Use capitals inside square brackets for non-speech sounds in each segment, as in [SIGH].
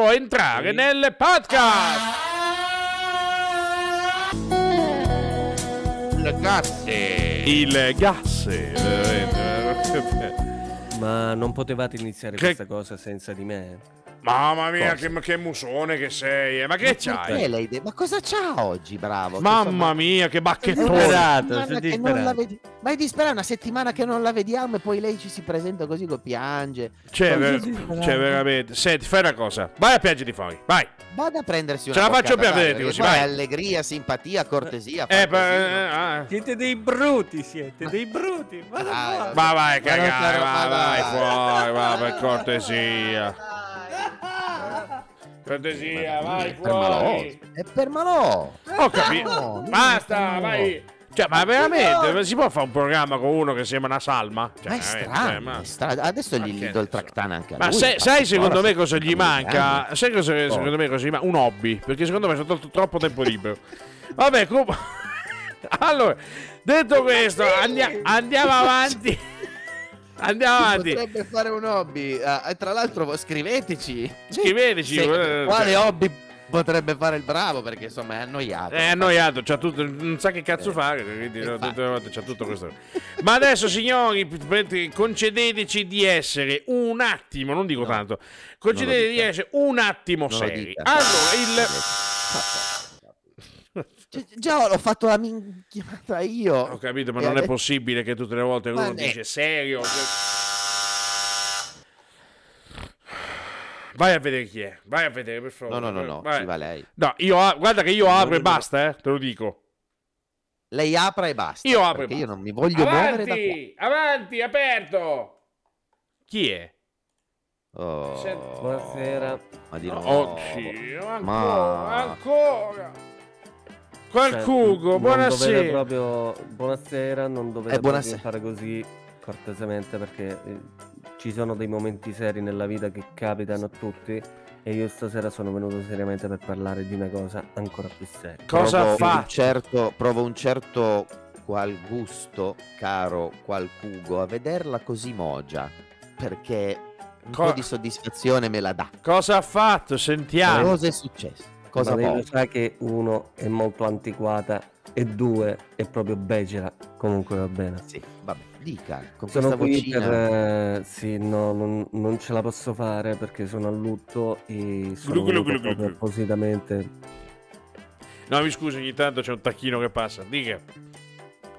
può entrare nel podcast. Il gas. Il gas. veramente. Ma non potevate iniziare Che- questa cosa senza di me? Mamma mia, Cosa? che, che musone che sei, eh. ma che c'hai? Perché lei de- Ma cosa c'ha oggi, bravo? Mamma mia, che che bacchettone! disperato, sono disperato. Ma è disperata una settimana che non la vediamo e poi lei ci si presenta così che piange. C'è, Cioè, Sono ver- così c'è disperata. veramente. Senti, fai una cosa. Vai a piangere di fuori, vai. Vada a prendersi una Ce la faccio bere, boccata d'aria, Tirucci, che poi vai. è Allegria, simpatia, cortesia. Eh, fantasia, beh, no? ah, Siete dei bruti, siete dei [LAUGHS] bruti. eh, Vado Dai, fuori. Ma vai, Ma non cagare, sarò- va, ma vai, dai. fuori, va, per cortesia. Cortesia, vai Per Malò. fuori. È per Malò. Ho capito. No, Basta, no. vai. Cioè, ma veramente, ma si può fare un programma con uno che sembra una salma? Cioè, Ma è veramente, strano, eh, ma- è strano. Adesso Ma gli, che gli ne do il so. tractana anche a Ma lui. se- infatti, sai secondo ora me sta- cosa gli sta manca? camminando. Sai cosa Cosa? secondo me cosa gli manca? Un hobby, perché secondo me c'è troppo, troppo tempo libero. Vabbè, com- [LAUGHS] allora, detto questo, andia- andiamo avanti. [LAUGHS] Andiamo Si avanti. Potrebbe fare un hobby. Ah, e tra l'altro, scriveteci. Scriveteci. Se- eh, quale cioè, hobby potrebbe fare il bravo? Perché insomma è annoiato. È Eh, annoiato, c'ha tutto, non sa che Eh. cazzo fare, quindi no, infatti. tutte le volte c'ha tutto [LAUGHS] questo. Ma adesso, signori, p- concedeteci di essere un attimo, non dico tanto, concedete di dica. essere un attimo Non lo seri. dica. Allora, il... [LAUGHS] Cioè, già l'ho fatto la minchiata io. Ho capito, ma non è possibile che tutte le volte Ma uno ne- dice serio. cioè- Vai a vedere chi è, vai a vedere per No, favore. no, no, no, Vai. ci va lei. No, io a- guarda che io apro no, e no. basta, eh, te lo dico. Lei apra e basta. Io apro e perché basta. Io non mi voglio muovere da qua. Avanti, avanti, aperto. Chi è? Oh, Senti. Buonasera. Ma di nuovo. Oddio, oh, ancora, Ma- ancora. Cioè, Qualcuno, non dovete buonasera. proprio- buonasera, non dovete Eh, buonasera. proprio fare così cortesemente perché eh, ci sono dei momenti seri nella vita che capitano a tutti e io stasera sono venuto seriamente per parlare di una cosa ancora più seria. Cosa provo ha Un fatto? certo, provo un certo qual gusto, caro qual cugo, a vederla così mogia. Perché un Co- po' di soddisfazione me la dà. Cosa ha fatto? Sentiamo. Cosa è successo? Cosa Ma lei lo vuoi? sa che uno è molto antiquata e due è proprio becera, comunque va bene. Sì, vabbè, dica, con Sono questa qui vocina. per... eh, sì, no, non, non ce la posso fare perché sono a lutto e sono Glu, glu, glu, glu, venuto proprio glu. appositamente No, mi scusi, ogni tanto c'è un tacchino che passa. Dica.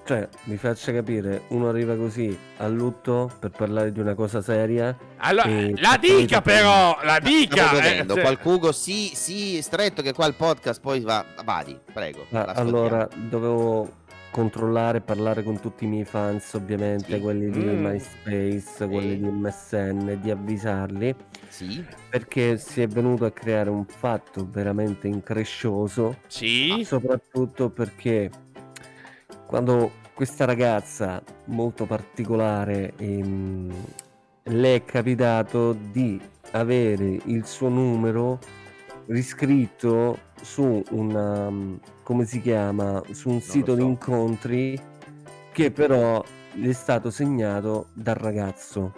Cioè, mi faccia capire, uno arriva così a lutto per parlare di una cosa seria. Allora, Eh, la dica capito. però, la dica. Stavo eh, vedendo, cioè- qual cugo, sì, sì, stretto che qua il podcast poi va, vadi, prego. Ah, l'ascoltiamo. allora, dovevo controllare, parlare con tutti i miei fans, ovviamente, Sì. quelli di Mm. MySpace, quelli Sì. di MSN, di avvisarli, Sì, perché si è venuto a creare un fatto veramente increscioso. Sì, soprattutto perché quando questa ragazza molto particolare ehm, le è capitato di avere il suo numero riscritto su una um, come si chiama su un sito lo di so. incontri che però le è stato segnato dal ragazzo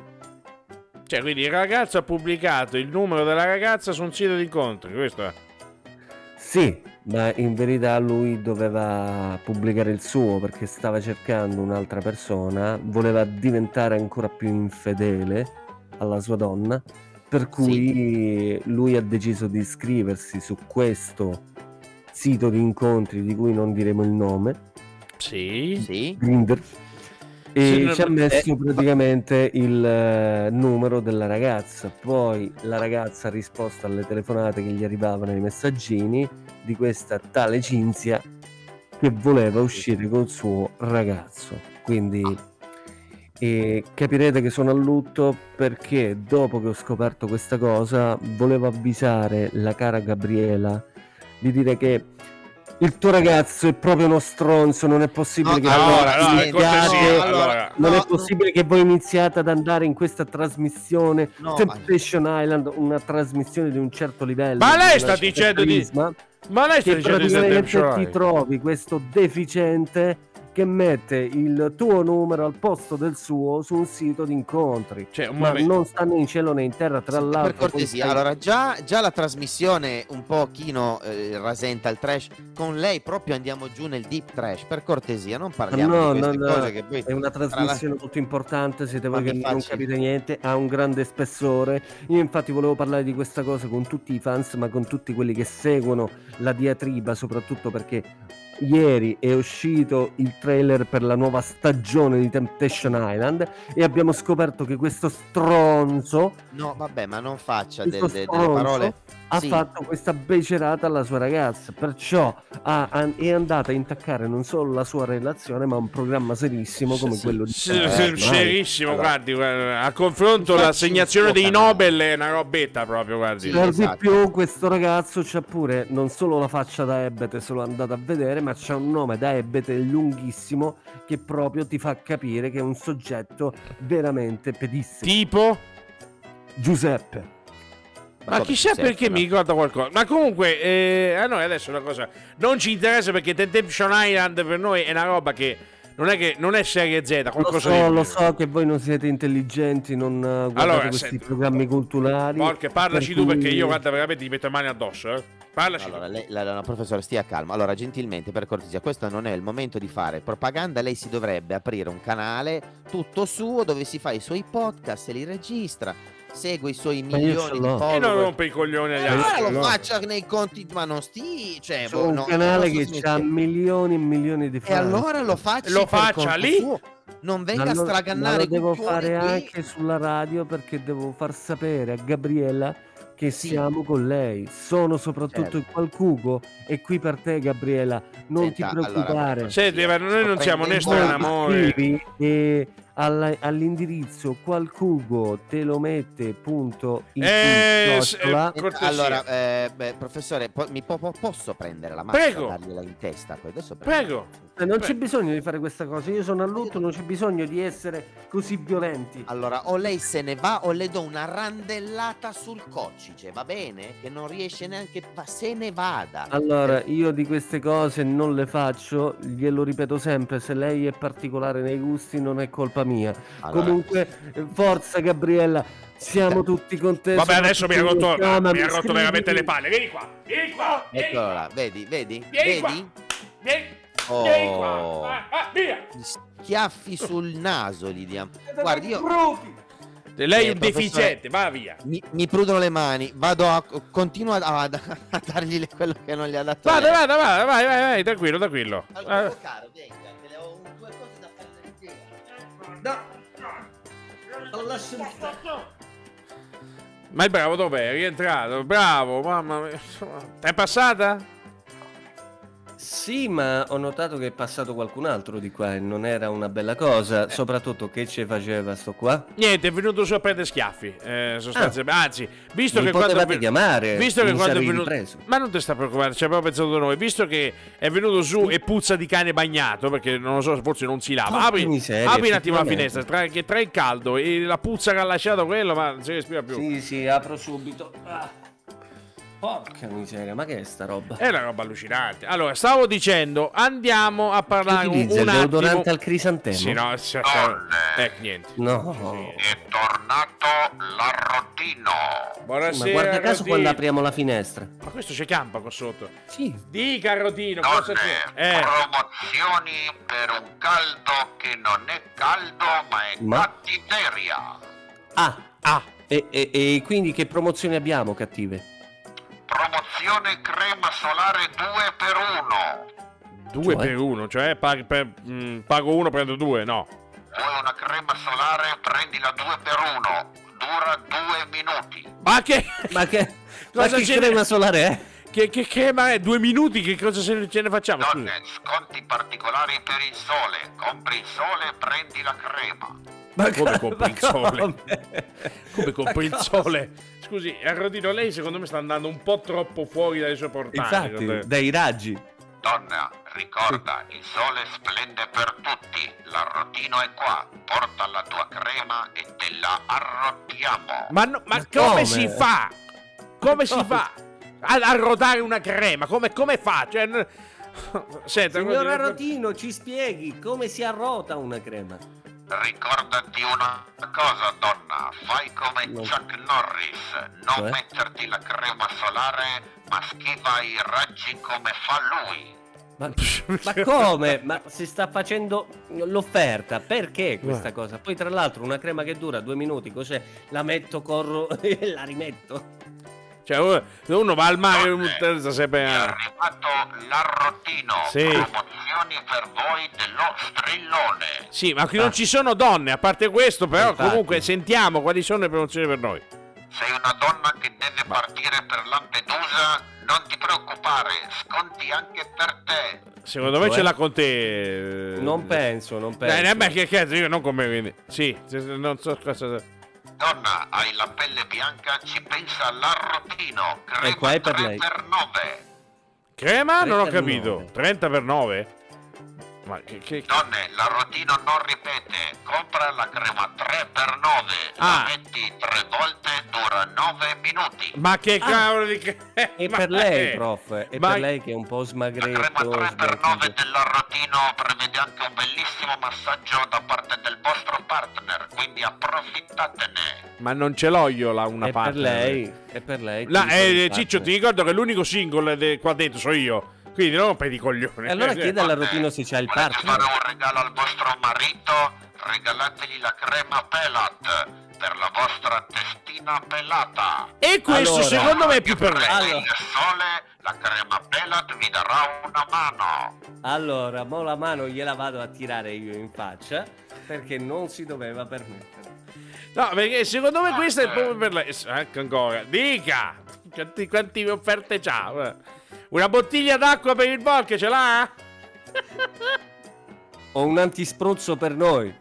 cioè, quindi il ragazzo ha pubblicato il numero della ragazza su un sito di incontri. Questo è. Sì, ma in verità lui doveva pubblicare il suo perché stava cercando un'altra persona, voleva diventare ancora più infedele alla sua donna, per cui lui ha deciso di iscriversi su questo sito di incontri di cui non diremo il nome, Sì. sì. Grindr, Sì, e no, ci ha no, messo praticamente il eh, numero della ragazza. Poi la ragazza ha risposto alle telefonate che gli arrivavano, ai messaggini di questa tale Cinzia che voleva uscire col suo ragazzo. Quindi Ah. eh, capirete che sono a lutto perché dopo che ho scoperto questa cosa volevo avvisare la cara Gabriela di dire che il tuo ragazzo è proprio uno stronzo, non è possibile No, che Allora, voi no, è cortesia, no, allora. non No, è possibile che voi iniziate ad andare in questa trasmissione No, Temptation Island, una trasmissione di un certo livello. Ma di lei una sta certa dicendo di- carisma, Ma lei sta che dicendo di Sette praticamente ti Show. trovi questo deficiente che mette il tuo numero al posto del suo su un sito di incontri. Cioè, un Ma momento. non sta né in cielo né in terra, tra l'altro. per cortesia, poi stai- allora già, già la trasmissione un pochino eh, rasenta il trash, con lei proprio andiamo giù nel deep trash, per cortesia, non parliamo No, di queste no, no, cose che poi... È una trasmissione molto importante, siete voi Ma che mi non facci- capite niente, ha un grande spessore. Io infatti volevo parlare di questa cosa con tutti i fans, ma con tutti quelli che seguono la diatriba, soprattutto perché ieri è uscito il trailer per la nuova stagione di Temptation Island e abbiamo scoperto che questo stronzo No, vabbè, ma non faccia Questo delle, delle stronzo parole... ha Sì. fatto questa becerata alla sua ragazza, perciò ha- ha- è andata a intaccare non solo la sua relazione, ma un programma serissimo come Sì, quello di Sì, Eh, sì, ormai. serissimo, Allora. guardi, guarda, a confronto Infatti, l'assegnazione dei sul tuo canale. Nobel è una robetta proprio, guardi. Sì. Per esatto. di più questo ragazzo c'ha pure non solo la faccia da ebete, se l'ho andata a vedere, ma c'ha un nome da ebete lunghissimo che proprio ti fa capire che è un soggetto veramente pedissimo. Tipo, Giuseppe. ma vabbè, chissà sì, perché no. mi ricorda qualcosa. Ma comunque, eh, a noi adesso una cosa non ci interessa perché Temptation Island per noi è una roba che non è, che, non è serie Z, Lo qualcosa so, di. lo più. so che voi non siete intelligenti, non eh, guardate Allora, questi senti, programmi culturali. Porca, parlaci per tu cui- perché io, guarda, veramente ti metto le mani addosso. Eh. Parlaci Allora, tu. lei, la, la- la- professore, stia calmo. Allora, gentilmente, per cortesia, questo non è il momento di fare propaganda. Lei si dovrebbe aprire un canale tutto suo dove si fa i suoi podcast e li registra, segue i suoi Ma io ce milioni di l'ho. E non follower. rompe i coglioni agli Eh, altri. allora lo no. faccia nei conti, ma non sti. Cioè, C'è boh, un no, canale non so che se ha metti- milioni e milioni di E fan. allora lo faccia, Lo per faccia conto lì? suo. Non venga Ma lo- a stragannare. ma lo devo culture fare qui. anche sulla radio perché devo far sapere a Gabriella che Sì. siamo con lei. Sono soprattutto Certo. il Qualcugo e qui per te Gabriella, non Senta, ti allora, preoccupare. professore, Senti, ma noi non siamo né Sto prendendo- stranamore. Scrivi e alla- all'indirizzo qualcugo te lo mette punto in Eh, in- s- chiocciola. eh, cortesia. Allora, eh, beh, professore, po- mi po- po- posso prendere la macchina Prego. e dargliela in testa? Poi adesso Prego. Eh, non beh. c'è bisogno di fare questa cosa. Io sono a lutto, non c'è bisogno di essere così violenti. Allora, o lei se ne va o le do una randellata sul coccice, va bene? Che non riesce neanche, ma se ne vada. Ah, Allora, io di queste cose non le faccio, glielo ripeto sempre, se lei è particolare nei gusti non è colpa mia. Allora, Comunque, eh, forza Gabriella, siamo tutti con te. Vabbè, sono adesso mi ha tutti rotto, in chiama, mi ha rotto scrivi. veramente le palle. Vieni qua, vieni qua, vieni eccola là, qua, ecco, vedi, vedi, vieni qua, vedi? vieni, Oh. vieni qua. Ah, ah, via. Gli Schiaffi sul naso, gli diamo. Siete Guardi, dei io- Bruti. Lei è Eh, un professore- deficiente, va via. Mi, mi prudono le mani, vado a. continuo a, a- a dargli le- quello che non gli ha dato. Vada, lei. vada, vada, vai, vai, vai, tranquillo, tranquillo. Allora, Eh, caro, venga, che le ho un- due cose da fare tranquilla. Lo lascio in pace. Ma il bravo dov'è? È rientrato, bravo, mamma mia. È passata? Sì, ma ho notato che è passato qualcun altro di qua e non era una bella cosa, Eh. soprattutto che ci faceva sto qua. Niente, è venuto su a prendere schiaffi. eh, sostanzialmente. Anzi, visto Mi che quando. potevate chiamare, Visto che Eh, mi quando è sarei venuto. ripreso. Ma non ti sta preoccupando, ci abbiamo pensato noi. Visto che è venuto su e puzza di cane bagnato, perché non lo so, forse non si lava. Porca Apri, miseria, apri un attimo la effettivamente. finestra, tra, che tra il caldo e la puzza che ha lasciato quello, ma non si respira più. Sì, sì, apro subito. Ah, porca miseria, ma che è sta roba? È una roba allucinante. Allora, stavo dicendo, andiamo a parlare un, utilizza un il attimo. deodorante al crisantemo? Sì, no, sì, sì, eh, niente. No. Sì. È tornato l'arrotino. Buonasera. Ma guarda caso Rotino. quando apriamo la finestra. Ma questo c'è campa qua sotto. Sì. Dica, Rotino, cosa Donne, c'è? Eh. promozioni per un caldo che non è caldo ma è Ma- cattiveria. Ah, Ah, e, e- e quindi che promozioni abbiamo, cattive? Promozione crema solare 2 per 1 due Cioè? per uno, cioè pag- per- mm, pago uno, prendo due, no. Vuoi una crema solare? Prendila 2 per 1 Dura 2 minuti. Ma che... [LAUGHS] Ma [LAUGHS] che, ma Cosa che ce n'è? crema solare è? Che, che, che- ma è due minuti, che cosa se ne- ce ne facciamo? eh. Scusa. Donne, sconti particolari per il sole. Compri il sole e prendi la crema. Ma Come co- compri il ma sole? [LAUGHS] Come Ma compri il cosa? sole? Scusi, eh, Rotino, lei secondo me sta andando un po' troppo fuori dalle sue portate. Infatti, con te. dai raggi. Donna, ricorda, il sole splende per tutti. L'arrotino è qua. Porta la tua crema e te la arrottiamo. Ma, no- ma Ma come, come? si fa? Come si Come? fa a, a rotare una crema? Come, come fa? Cioè, n- Senta, Signora continua- Rotino, ci spieghi come si arrota una crema? Ricordati una cosa, donna, fai come No. Chuck Norris, non Cioè? metterti la crema solare, ma schiva i raggi come fa lui. [LAUGHS] Ma, ma come? Ma si sta facendo l'offerta, perché questa cosa? Poi tra l'altro una crema che dura due minuti, cos'è? La metto, corro [LAUGHS] e la rimetto. Cioè, uno- uno va al mare eh. Donne, un terzo sempre. È a- arrivato l'arrotino, eh. Sì. promozioni per voi dello strillone. Sì, ma qui non ci sono donne, a parte questo, però Ah. Infatti. comunque sentiamo quali sono le promozioni per noi. Sei una donna che deve partire per Lampedusa, non ti preoccupare, sconti anche per te. Secondo me Cioè? ce l'ha con te. eh, Non penso, non penso. Dai, vabbè, che cazzo, io non con me, quindi. Sì, se- se- non so cosa. Donna, hai la pelle bianca, ci pensa l'arrotino, crema qua è per 3 lei. per 9. Crema? Non ho 30 per capito. nove. 30 per 9? Ma che. che... Donne, l'arrotino non ripete, compra la crema 3x9, Ah. la metti tre volte, dura 9 minuti. Ma che Ah. cavolo di crema? E per è? lei, prof, e eh, ma- per lei che è un po' La crema smagretto. 3x9 sbianchito. dell'arrotino prevede anche un bellissimo massaggio da parte del vostro partner, quindi approfittatene. Ma non ce l'ho io là una È parte. per lei, è per lei. La- quindi sono eh, il Ciccio, ti partner. ricordo che l'unico single de- qua dentro sono io. Quindi non rompere i coglioni. E allora chiede eh, alla Donne, Rotino se c'ha il volete fare partner. un regalo al vostro marito? Regalategli la crema Pelat per la vostra testina pelata. E questo Allora. secondo me è più per lei. Allora. Il sole, la crema Pelat vi darà una mano. Allora, mo la mano gliela vado a tirare io in faccia perché non si doveva permettere. No, perché secondo me questa è proprio per lei. S- Ecco ancora. Dica! Quanti, quanti offerte c'ha? Una bottiglia d'acqua per il bosco ce l'ha? Ho un antispruzzo per noi.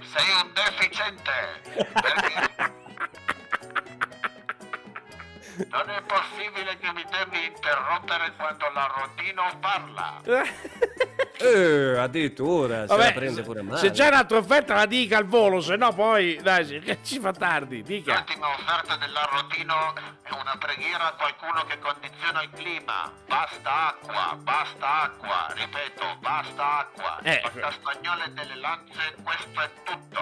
Sei un deficiente! Perché non è possibile che mi devi interrompere quando la rotina parla! Eh, ha detto ora, se la Vabbè, prende se- pure male. se c'è un'altra offerta la dica al volo, se no poi dai, ci- [LAUGHS] ci fa tardi, dica. L'ultima offerta dell'arrotino è una preghiera a qualcuno che condiziona il clima. Basta acqua, basta acqua, ripeto, basta acqua. Eh. Con Castagnole delle Lanze, questo è tutto.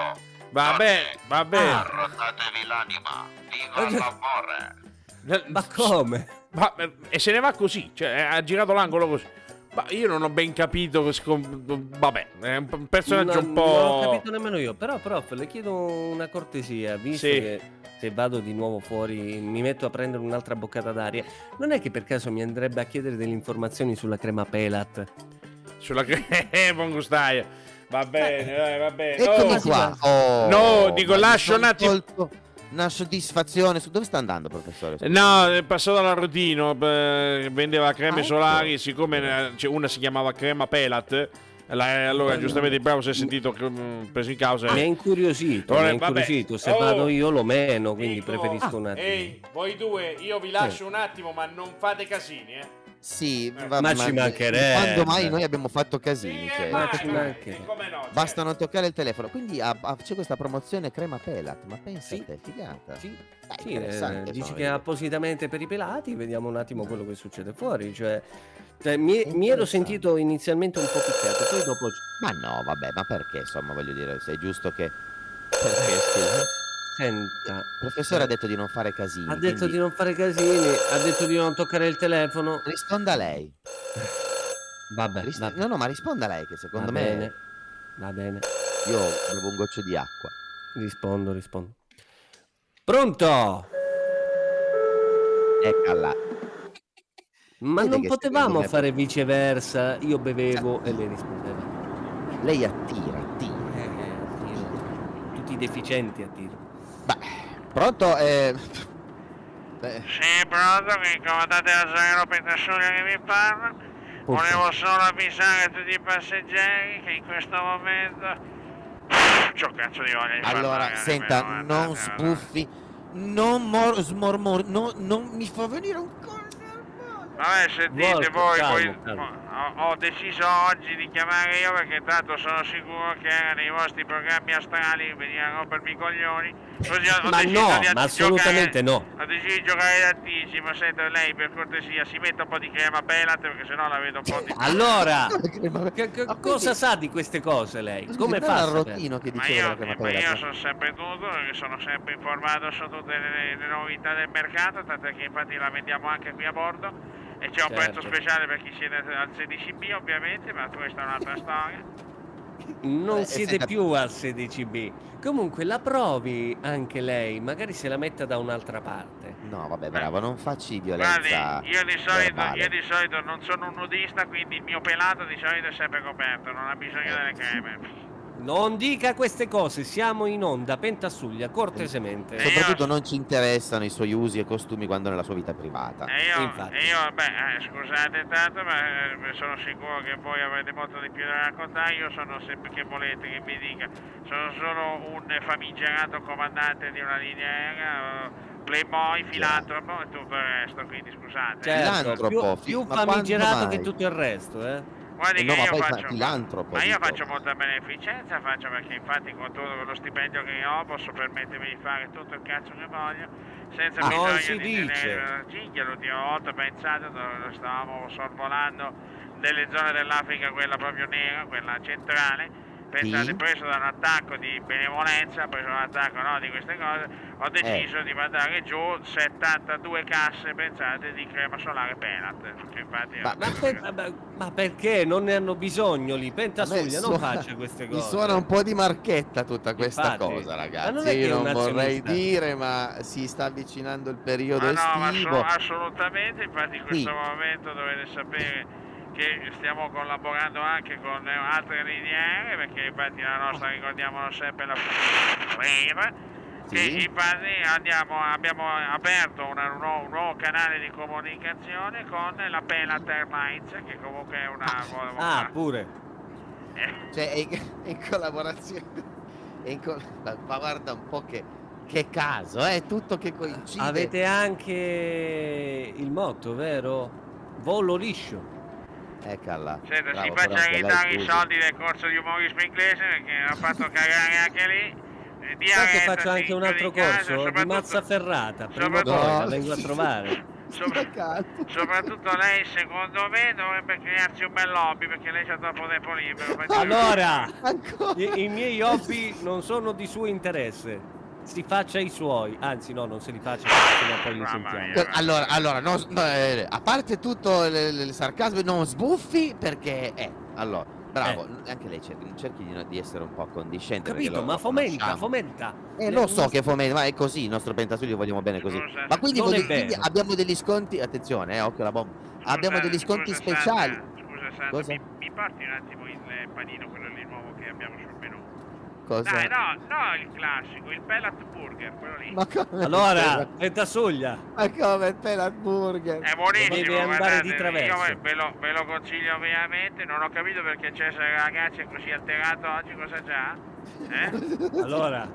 Va bene, va bene. Arrotatevi l'anima, viva l'amore. Ma come? Ma- eh, e se ne va così, cioè ha girato l'angolo così. Ma io non ho ben capito. cos- com- Vabbè, è un un personaggio No, un Non ho po'. capito nemmeno io, però prof, le chiedo una cortesia, visto Sì. che se vado di nuovo fuori mi metto a prendere un'altra boccata d'aria. Non è che per caso mi andrebbe a chiedere delle informazioni sulla crema Pelat? Sulla [LAUGHS] cre- buon gustaio. Va bene, dai, va bene. Eccomi Oh, qua. Oh, No, dico, ma mi lascio sono un attimo- tolto Una soddisfazione. Su dove sta andando, professore? No, eh, è passato alla Rotino, eh, vendeva creme Ah, ecco. solari, siccome eh, c'è una si chiamava crema Pelat, la- eh, allora giustamente il bravo si è sentito mm, preso in causa. Mi ha incuriosito, Vabbè, mi ha incuriosito. vabbè. Se Oh, vado io lo meno, quindi dico- preferisco un attimo. oh, Ehi, voi due, io vi lascio un attimo, ma non fate casini, eh. Sì, Eh, va- ma ci mancherebbe. Quando mai noi abbiamo fatto Sì, casini? eh, cioè. ma- vai, ci vai, manca. e come no, cioè. Certo. Basta non toccare il telefono. Quindi ha- ha- c'è questa promozione crema pelat. Ma pensa Sì. a te, figata. Sì, Dai, sì, eh, interessante, dici no, che è io- appositamente per i pelati, vediamo un attimo quello che succede fuori. Cioè, cioè, mi, mi ero Interessante. sentito inizialmente un po' piccato, poi dopo... Ma no, vabbè, ma perché? Insomma, voglio dire, se è giusto [LAUGHS] che. Perché scusa? Senta, Il professore ha detto di non fare casini. ha detto quindi di non fare casini, ha detto di non toccare il telefono. Risponda lei. Vabbè, Ris- Eh, va, No, no, ma risponda lei, che va secondo me bene, va bene, io bevo un goccio di acqua. rispondo, rispondo. Pronto? Eccola. Ma Vede non che potevamo secondo me- fare viceversa, io bevevo e lei rispondeva. Lei attira, attira. Esatto. Eh, a tiro. Tutti deficienti a tiro. Beh, pronto? Eh... [LAUGHS] eh, Sì, pronto, che il comandante della zona aerea Petrasuglia che vi parla. Volevo solo avvisare tutti i passeggeri che in questo momento... C'ho un cazzo di voglia di Allora, parlare, senta, nemmeno, non guardate, sbuffi, non mor- smormori, no- non mi fa venire un collo al Vabbè, sentite Volta, voi, calmo, voi- calmo. ho, ho deciso oggi di chiamare io perché tanto sono sicuro che era nei vostri programmi astrali, venivano a rompermi i coglioni. Così ho, ho Ma deciso no, di ma giocare- assolutamente no. Ho deciso di giocare d'anticipo, senta lei per cortesia si metta un po' di crema pelate perché sennò la vedo un po' [LAUGHS] di... Allora, Ma che- che- ma quindi- cosa sa di queste cose lei? scusi, Come non fa? era a il sapere? rotino che Ma diceva io, della crema ma io pelata? sono sempre tutto, perché sono sempre informato su tutte le, le novità del mercato, tanto che infatti la vendiamo anche qui a bordo e c'è Certo. un prezzo speciale per chi siede al 16B ovviamente, ma questa è un'altra storia. Non Eh, siete senta- più al 16B. Comunque la provi anche lei, magari se la metta da un'altra parte. No, vabbè, bravo, non facci Guardi, violenza. io di, solito, verbale. io di solito non sono un nudista, quindi il mio pelato di solito è sempre coperto, non ha Eh. bisogno delle creme. Non dica queste cose, siamo in onda, Pentasuglia, cortesemente. Eh, Soprattutto non ci interessano i suoi usi e costumi quando nella sua vita privata. E io, Infatti. e io, beh, eh, scusate tanto, ma eh, sono sicuro che voi avete molto di più da raccontare, io sono sempre che volete che mi dica, sono solo un famigerato comandante di una linea aerea, eh, playboy, filantropo e tutto il resto, quindi scusate. Certo, più, Filantropo, più fi- ma quando famigerato mai? che tutto il resto, eh. Guardi Eh no, che ma io poi fa- faccio, filantropo, ma io dico. faccio molta beneficenza, faccio perché infatti con tutto lo stipendio che io ho posso permettermi di fare tutto il cazzo che voglio senza Ah, non bisogno si di dice. tenere la cinghia. L'ultima volta pensate dove stavamo sorvolando nelle zone dell'Africa, quella proprio nera, quella centrale. Pensate, Sì. preso da un attacco di benevolenza, preso da un attacco no, di queste cose, Eh. ho deciso di mandare giù 72 casse, pensate, di crema solare Penat. Perché infatti Ma- Ma, per- Eh, ma- ma perché non ne hanno bisogno lì? A me Pentasuglia, non suona- faccia queste cose. Mi suona un po' di marchetta tutta questa Infatti. Ma cosa, non ragazzi. è che è Io un non vorrei azionista. dire, ma si sta avvicinando il periodo Ma Ah, esatto, no, ma estivo. assolu- assolutamente, infatti in questo Sì. momento dovete sapere che stiamo collaborando anche con eh, altre linee aeree, perché infatti la nostra ricordiamolo sempre la Flair, Sì. che infatti andiamo- abbiamo aperto una- un, nuovo, un nuovo canale di comunicazione con la Pela Airlines, che comunque è una... Ah, pure. Cioè, è in, è in collaborazione. è in col- ma, ma guarda un po' che, che caso, eh, è tutto che coincide. Avete anche il motto, vero? Volo liscio. Eccola. Senta, si Bravo, faccia Franco, lei ridare i scusi. soldi del corso di umorismo inglese perché ha fatto cagare anche lì. Eh, dia Sai che retta, faccio anche un figlio altro di casa, corso di soprattutto- mazzaferrata. Prima o soprattutto- poi la No. vengo a [LAUGHS] trovare. sopra- Sta calmo. Soprattutto lei, secondo me, dovrebbe crearsi un bel lobby perché lei c'ha troppo tempo libero. facciamo- Allora, Ancora. i, i miei hobby non sono di suo interesse. Si faccia i suoi, anzi no, non se li faccia perché sennò poi li Mamma insultiamo. mia. Allora, allora no, s- no, eh, a parte tutto il, il sarcasmo, non sbuffi perché, eh, allora, bravo, anche lei cerchi, cerchi di, no- di essere un po' condiscendente. perché Eh. Capito? lo- Ma lo fomenta, conosciamo. fomenta. Eh, lo so che fomenta, ma è così, il nostro pentasuglio vogliamo bene così. Scusa. Ma quindi, Non è voglio- quindi vero. abbiamo degli sconti, attenzione, eh, occhio alla bomba, Scusa, abbiamo degli sconti scusa, speciali. Sandra, scusa, Sandra, Cosa? mi, mi porti un attimo il eh, panino, quello lì nuovo che abbiamo sul menù. Cosa? Dai, no, no, il classico, il Pellet Burger, quello lì. Ma come? Allora, pentasuglia. ma come te l'hamburger? È buonissimo, Deve andare guardate, di traverso. Io ve lo, ve lo consiglio ovviamente, non ho capito perché Cesare ragazzi è così alterato oggi, cosa c'ha? Eh? Allora,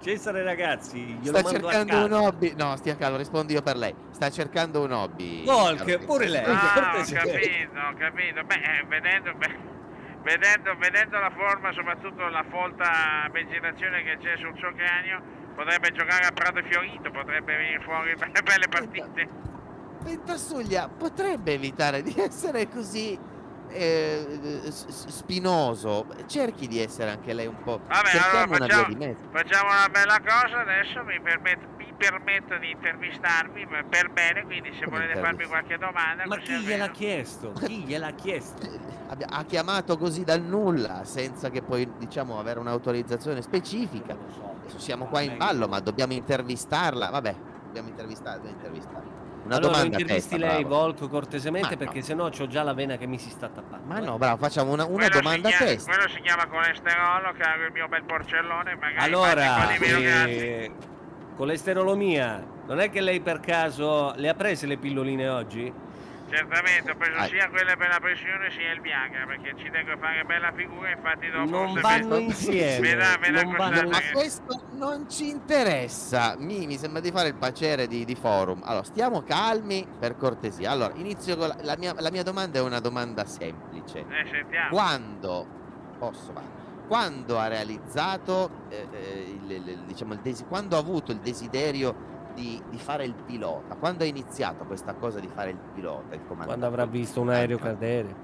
Cesare ragazzi, glielo Sta mando a cercando casa. un hobby. No, stia calmo, rispondo io per lei. Sta cercando un hobby. Volk, Carlo. pure lei. Ah, ho Cortese. capito, ho capito. Beh, eh, vedendo, beh, vedendo, vedendo la forma, soprattutto la folta vegetazione che c'è sul suo cranio, potrebbe giocare a Prato Fiorito, potrebbe venire fuori [LAUGHS] belle, belle partite. Pentasuglia potrebbe evitare di essere così eh, s- s- spinoso. Cerchi di essere anche lei un po'. Vabbè, Cerchiamo una allora via facciamo, di mezzo. facciamo una bella cosa, adesso mi, permet- mi permetto di intervistarmi per- per bene, quindi se Come volete farmi intervista? qualche domanda... Ma così chi almeno- gliel'ha chiesto? Chi gliel'ha chiesto? Abbia- Ha chiamato così dal nulla, senza che poi diciamo avere un'autorizzazione specifica. Non lo so. Adesso siamo qua in Vabbè, ballo, io- ma dobbiamo intervistarla. Vabbè, dobbiamo intervistarla. Dobbiamo intervistarla. Una allora, domanda a intervisti testa, lei, bravo. Volco, cortesemente, Ma no. perché sennò c'ho già la vena che mi si sta tappando. Ma eh. no, bravo, facciamo una, una Quello si domanda a chiama- testa. Quello si chiama colesterolo, caro il mio bel porcellone, magari Allora, fate un po' di meno, grazie. eh, colesterolomia, non è che lei per caso le ha prese le pilloline oggi? Certamente, ho preso Ah. sia quella per la pressione sia il Viagra perché ci tengo a fare bella figura. Infatti, dopo Non se vanno me- insieme. me la- me la non vanno costate Ma che- questo non ci interessa. Mi, mi sembra di fare il piacere di, di forum. Allora, stiamo calmi per cortesia. Allora, inizio con la, la mia, la mia domanda è una domanda semplice. Eh, sentiamo. Quando posso va? Quando ha realizzato eh, eh, il, il- il- diciamo il desi- quando ha avuto il desiderio di, di fare il pilota? Quando ha iniziato questa cosa di fare il pilota, il comandante? Quando avrà visto un aereo cadere.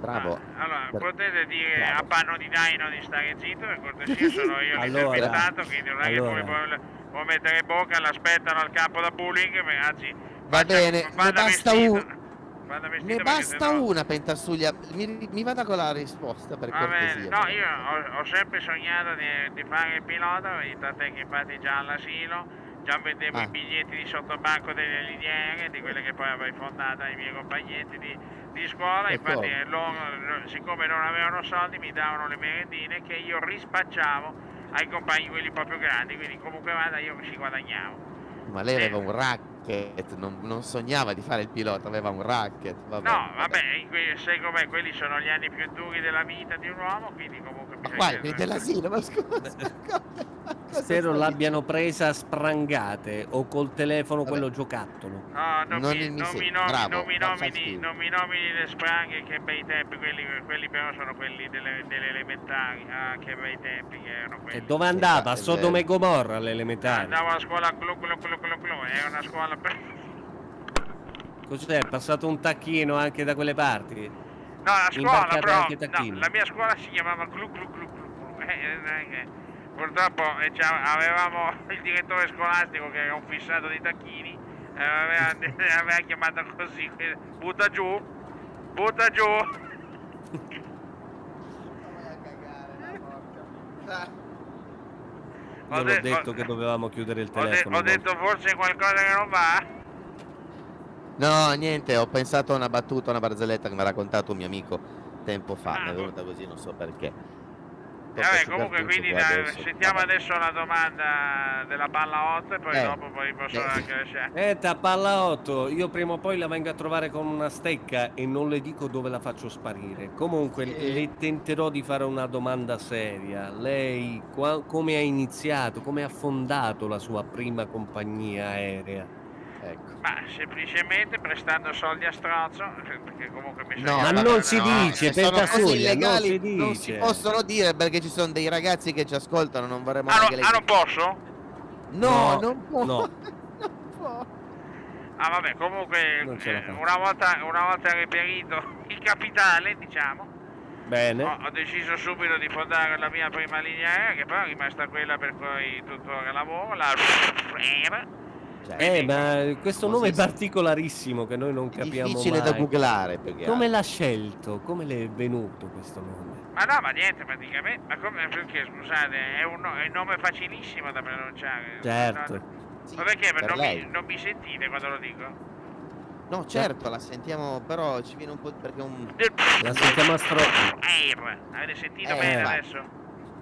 Bravo. Ah, Allora, Per- potete dire bravo. a Panno di Daino di stare zitto, per cortesia, sono io Allora, l'intervistato, quindi non è che allora. poi può, può mettere bocca, l'aspettano al campo da bullying, ragazzi. Va faccia- bene, ne vada basta vestito. un- Vada vestito Ne perché basta sennò- una pentasuglia. Mi, mi vada con la risposta per Va bene, cortesia. no, io ho, ho sempre sognato di, di fare il pilota, tant'è che infatti già all'asilo, già vendevo Ah. i biglietti di sottobanco delle liniere, di quelle che poi avrei fondato ai miei compagnetti di, di scuola, Ecco. infatti eh, loro, loro- siccome non avevano soldi mi davano le merendine che io rispacciavo ai compagni quelli proprio grandi, quindi comunque vada io ci guadagnavo. Ma lei aveva un racket, non, non sognava di fare il pilota, aveva un racket. Vabbè, No, vabbè, in que- sai com'è, quelli sono gli anni più duri della vita di un uomo, quindi comunque Ma bisogna... quale? Dell'asilo, ma scusa. ma cosa Spero stai l'abbiano presa a sprangate o col telefono Vabbè. quello giocattolo. No, non, Non mi, il non misi- mi nomi- bravo, non mi non fa nomini, schifo. non mi nomini le spranghe, che bei tempi, quelli, quelli però sono quelli delle, delle elementari, ah, che bei tempi che erano E quelli. dove Eh, ma- andava? A Sodome e Gomorra all'elementare. Andavo a scuola clu clu clu clu clu, era una scuola per... Cos'è? È passato un tacchino anche da quelle parti? No, la scuola Imbarcate però, anche i tacchini. no, la mia scuola si chiamava clu clu clu clu clu, eh, eh, non è che- purtroppo eh, c'ha- avevamo [LAUGHS] il direttore scolastico che era un fissato di tacchini, eh, [LAUGHS] aveva, [LAUGHS] aveva chiamato così, eh, butta giù, [LAUGHS] butta giù. Ho Non de- ho detto ho- che dovevamo chiudere il Ho, de- telefono. ho detto forse qualcosa che non va. No, niente, ho pensato a una battuta, una barzelletta che mi ha raccontato un mio amico tempo fa. Mi è Ah. venuta così, non so perché. Tocca Vabbè, superflusso comunque quindi qua dai, adesso. sentiamo Vabbè. adesso la domanda della palla 8 e poi Eh. dopo poi posso Eh. anche lasciare. Senta, palla 8, io prima o poi la vengo a trovare con una stecca e non le dico dove la faccio sparire. Comunque Sì. le tenterò di fare una domanda seria. Lei qua- come ha iniziato, come ha fondato la sua prima compagnia aerea? Ecco. Ma semplicemente prestando soldi a strozzo, perché comunque mi Cioè, No, sa Ma vabbè, non si no, dice, sono cose Pentasuglia, non illegali, si non si dice. possono dire perché ci sono dei ragazzi che ci ascoltano, non vorremmo Ah, neanche no- lei- ah, non posso? No, No, non può. no. non può. Ah vabbè, comunque Non ce la eh, faccio. una volta, una volta reperito [LAUGHS] il capitale, diciamo, Bene. Ah, Ho, ho deciso subito di fondare la mia prima linea aerea, che però è rimasta quella per cui tuttora lavoro, la Cioè, era. [LAUGHS] Eh, ma questo Così nome è sì. particolarissimo che noi non è capiamo difficile mai. da googlare. più che Come altro. l'ha scelto? Come le è venuto questo nome? Ma no, ma niente praticamente. Ma come perché scusate, è un, no- è un nome facilissimo da pronunciare. No, Certo. Sì, Ma perché per non, lei. mi, non mi sentite quando lo dico? No, certo, la sentiamo, però ci viene un po' perché è un La sentiamo a stro- Air. Avete sentito Eh, bene infatti. adesso?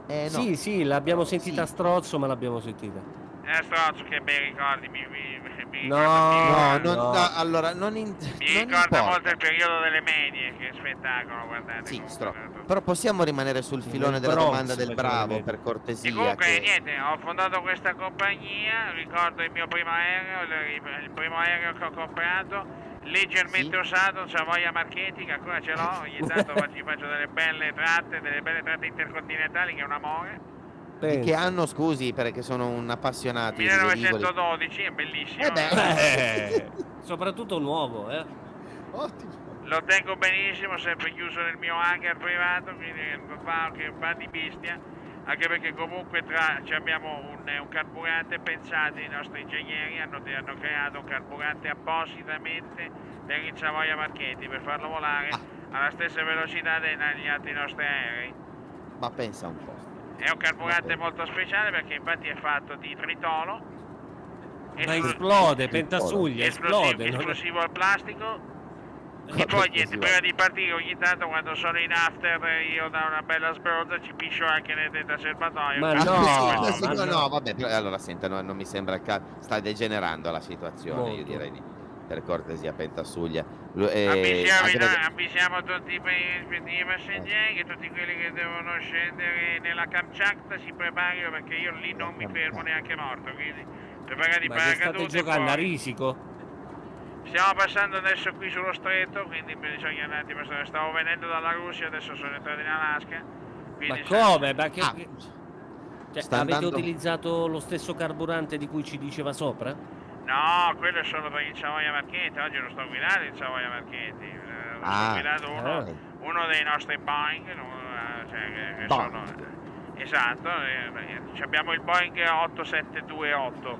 eh no. Sì, sì, l'abbiamo sentita a Sì. strozzo, ma l'abbiamo sentita. Eh, strozzo che bei ricordi, mi, mi, mi, mi No, No, ricorda- mi ricorda- non Ah, No. da- allora non, in- mi non ricorda importa. molto il periodo delle medie, che spettacolo, guardate. Sì, comunque, stro- tutto. Però possiamo rimanere sul filone Nel della Bronx, domanda del per bravo, favore. per cortesia. E comunque che- niente, ho fondato questa compagnia, ricordo il mio primo aereo, il- il primo aereo che ho comprato, leggermente Sì. usato, Savoia Marchetti, che ancora ce l'ho, ogni tanto fa- ci faccio delle belle tratte, delle belle tratte intercontinentali che è un amore. Di che Pensa. anno, scusi, perché sono un appassionato di velivoli. 1912, è bellissimo. Eh beh. Eh, [LAUGHS] soprattutto nuovo, eh. Ottimo. Lo tengo benissimo, sempre chiuso nel mio hangar privato, quindi va, che va di bestia, anche perché comunque tra, ci abbiamo un, un carburante, pensate, i nostri ingegneri hanno, hanno creato un carburante appositamente per il Savoia Marchetti, per farlo volare alla stessa velocità degli altri nostri aerei. Ma pensa un po'. È un carburante Ok. molto speciale perché infatti è fatto di tritolo. e Ma su- esplode, pentasuglia, esplosivo, esplode. non- esplosivo al plastico. E Cosa poi niente, esplosiva? prima di partire ogni tanto quando sono in after eh, io da una bella sbrozza ci piscio anche nel deterserbatoio. Ma [LAUGHS] Ah, no, sì, Scusa, sì, scusa, ma no, vabbè, però- allora senta, no, non mi sembra che sta degenerando la situazione, io Molto. direi di. per cortesia, Pentasuglia. Lu- eh, Avvisiamo, anche i no- perché- avvisiamo tutti i paesi rispettivi passeggeri che tutti quelli che devono scendere nella Kamchatka si preparino perché io lì non mi fermo neanche morto, quindi preparati i Ma che state paracadute giocando a fuori. risico? Stiamo passando adesso qui sullo stretto, quindi bisogna un attimo, stavo venendo dalla Russia, adesso sono entrato in Alaska. Ma Quindi se- come? Ma che... Ah. Cioè, Sta avete andando- utilizzato lo stesso carburante di cui ci diceva sopra? Oh. No, quello è solo per il Savoia Marchetti, oggi lo sto guidando il Savoia Marchetti, eh, lo sto Ah. guidando uno, Eh. Ah. uno dei nostri Boeing, no, eh, cioè, che, che Boeing. sono- Esatto, eh, beh, ci abbiamo il Boeing 8728.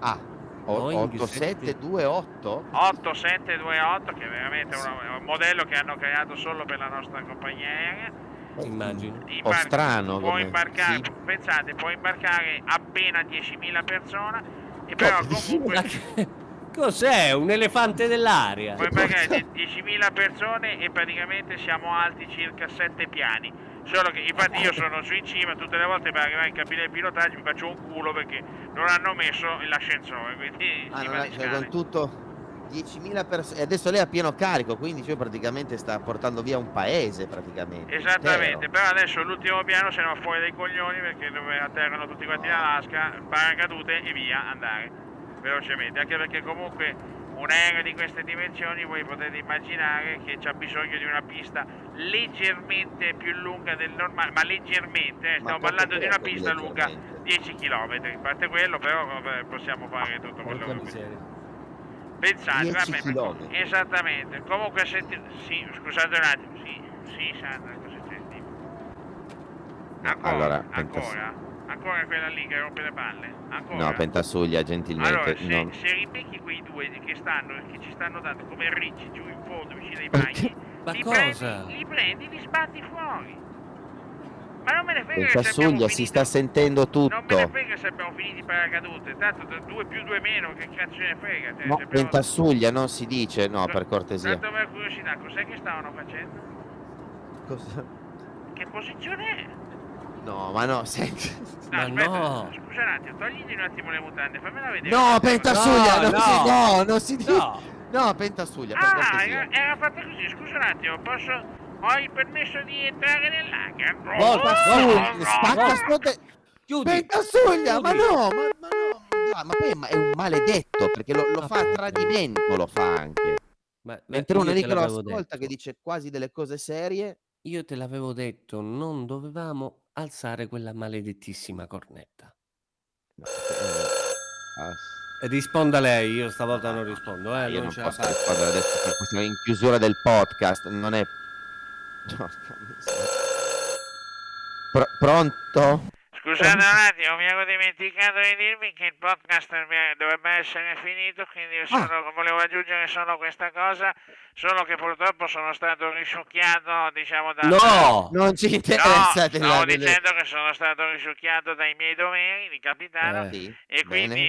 Ah, o- Boeing 8728? 8728 che è veramente una- un modello che hanno creato solo per la nostra compagnia aerea. Immagino. Ti po' imbarchi- strano Può come- imbarcare, sì. pensate, può imbarcare appena 10.000 persone, Cioè, e però Ma comunque... che- [LAUGHS] Cos'è? Un elefante dell'aria? Puoi pagare die- 10.000 persone e praticamente siamo alti circa 7 piani. Solo che infatti io sono su in cima, tutte le volte per arrivare in cabina di pilotaggio mi faccio un culo perché non hanno messo l'ascensore, quindi in Ah, cima non è- di cioè, scale. con tutto 10.000 persone. E adesso lei è a pieno carico, quindi cioè, praticamente sta portando via un paese praticamente. Esattamente, intero. però adesso l'ultimo piano se ne va fuori dai coglioni perché dove atterrano tutti quanti in Alaska, paracadute e via, andare velocemente, anche perché comunque un aereo di queste dimensioni voi potete immaginare che c'ha bisogno di una pista leggermente più lunga del normale, ma leggermente, eh, Ma stiamo poco parlando di una poco, pista lunga leggermente. 10 km, a parte quello però eh, possiamo fare tutto quello Porca che vogliamo. miseria. Pensate, 10 vabbè, ma- chilometri. esattamente. Comunque, senti, sì, scusate un attimo, sì, sì, Sandra, cosa c'è? Dimmi. Ancora, allora, Pentas- ancora, ancora quella lì che rompe le palle, ancora. No, Pentasuglia gentilmente. allora, se, non- se ribecchi quei due che stanno, che ci stanno dando come ricci giù in fondo, vicino ai bagni, Ma li cosa? prendi, li prendi, li sbatti fuori. Ma non me ne frega che se abbiamo Pentasuglia si finito- sta sentendo Non me ne tutto. frega se abbiamo finito i paracadute, tanto 2 più 2 meno, che cazzo ne frega? cioè, No, se abbiamo- Pentasuglia non si dice, no, Tra- per cortesia. Tanto per curiosità, cos'è che stavano facendo? Cosa? Che posizione è? No, ma no, senti. No, Ma aspetta, no. scusa un attimo, togligli un attimo le mutande, fammela vedere. No, pentasuglia No, Pentasuglia, non si- no. no, non si dice. No, No, Pentasuglia, per Ah, cortesia. era, era fatta così, scusa un attimo, posso... Ho il permesso di entrare Oh, nell'hacker? Porta su, spacca sto te- chiudi. Pentasuglia, ma Chiudi. no, ma, ma no. Ah, ma poi è ma- è un maledetto perché lo, lo fa a tradimento, lo fa anche. Ma- Mentre ma uno io lì te che lo l'avevo ascolta che detto. dice quasi delle cose serie. Io te l'avevo detto, non dovevamo alzare quella maledettissima cornetta. No, eh, ah, s- Risponda lei, io stavolta non rispondo, eh, Ah, io non non ce la posso faccio. rispondere adesso perché siamo in chiusura del podcast, non è Porca miseria. Pro- pronto? Scusate un attimo, mi ero dimenticato di dirvi che il podcast mi- dovrebbe essere finito, quindi io Ah. solo- volevo aggiungere solo questa cosa, solo che purtroppo sono stato risucchiato, diciamo, da... No! Non ci interessa no, della- stavo delle- dicendo che sono stato risucchiato dai miei doveri di capitano Eh, Sì, e bene. quindi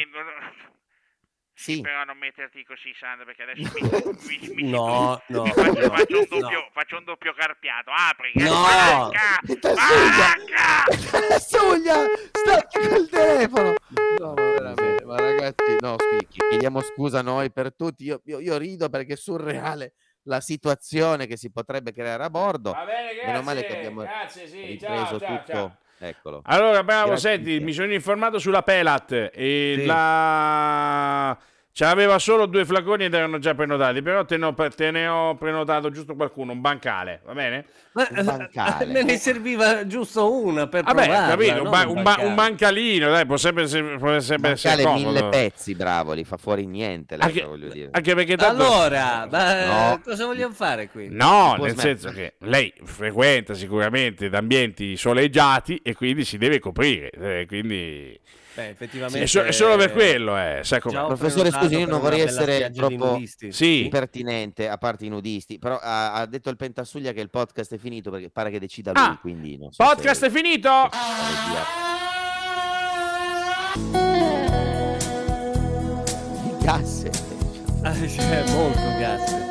Sì. però non metterti così Sandro perché adesso mi, mi, mi- No, no. mi faccio, no, faccio [LAUGHS] un no. doppio, faccio un doppio carpiato apri eh, No. vacca, Mi tassuglia! vacca! [LAUGHS] Suglia, stacchi col telefono. No, ma veramente, ma ragazzi, no, scusi, chi- chiediamo scusa a noi per tutti. Io, io- io rido perché è surreale la situazione che si potrebbe creare a bordo. Va bene, grazie. Meno male che abbiamo grazie, Ah, sì, ripreso ciao, ciao, tutto. ciao. Eccolo. Allora, bravo, Ecco. Grazie senti, mille. mi sono informato sulla Pelat e Sì. la... C'aveva solo due flaconi ed erano già prenotati, però te ne ho, te ne ho prenotato giusto qualcuno, un bancale, va bene? Ma- Un bancale. me ne serviva giusto una per Vabbè, provarla, capito, un, non ba- un ba- un bancale. bancalino, dai, può sempre, se- può sempre essere Mancale mille comodo. pezzi, bravo, li fa fuori niente, lei, Anche- voglio dire. Anche perché tanto... Allora, ma eh, No. cosa vogliamo fare qui? No, Si può nel smettere. senso che lei frequenta sicuramente ed ambienti soleggiati e quindi si deve coprire, eh, quindi... Beh, Sì, effettivamente è, so- è solo per quello, eh, sai com'è. già ho Professore, prenotato scusi, io non per una vorrei bella essere spiaggia di troppo- nudisti. Sì. [LAUGHS] Impertinente a parte i nudisti, però ha, ha detto il Pentasuglia che il podcast è finito perché pare che decida lui. Ah, quindi non so Podcast se- è finito! Di casse. Ah, sì, molto grazie.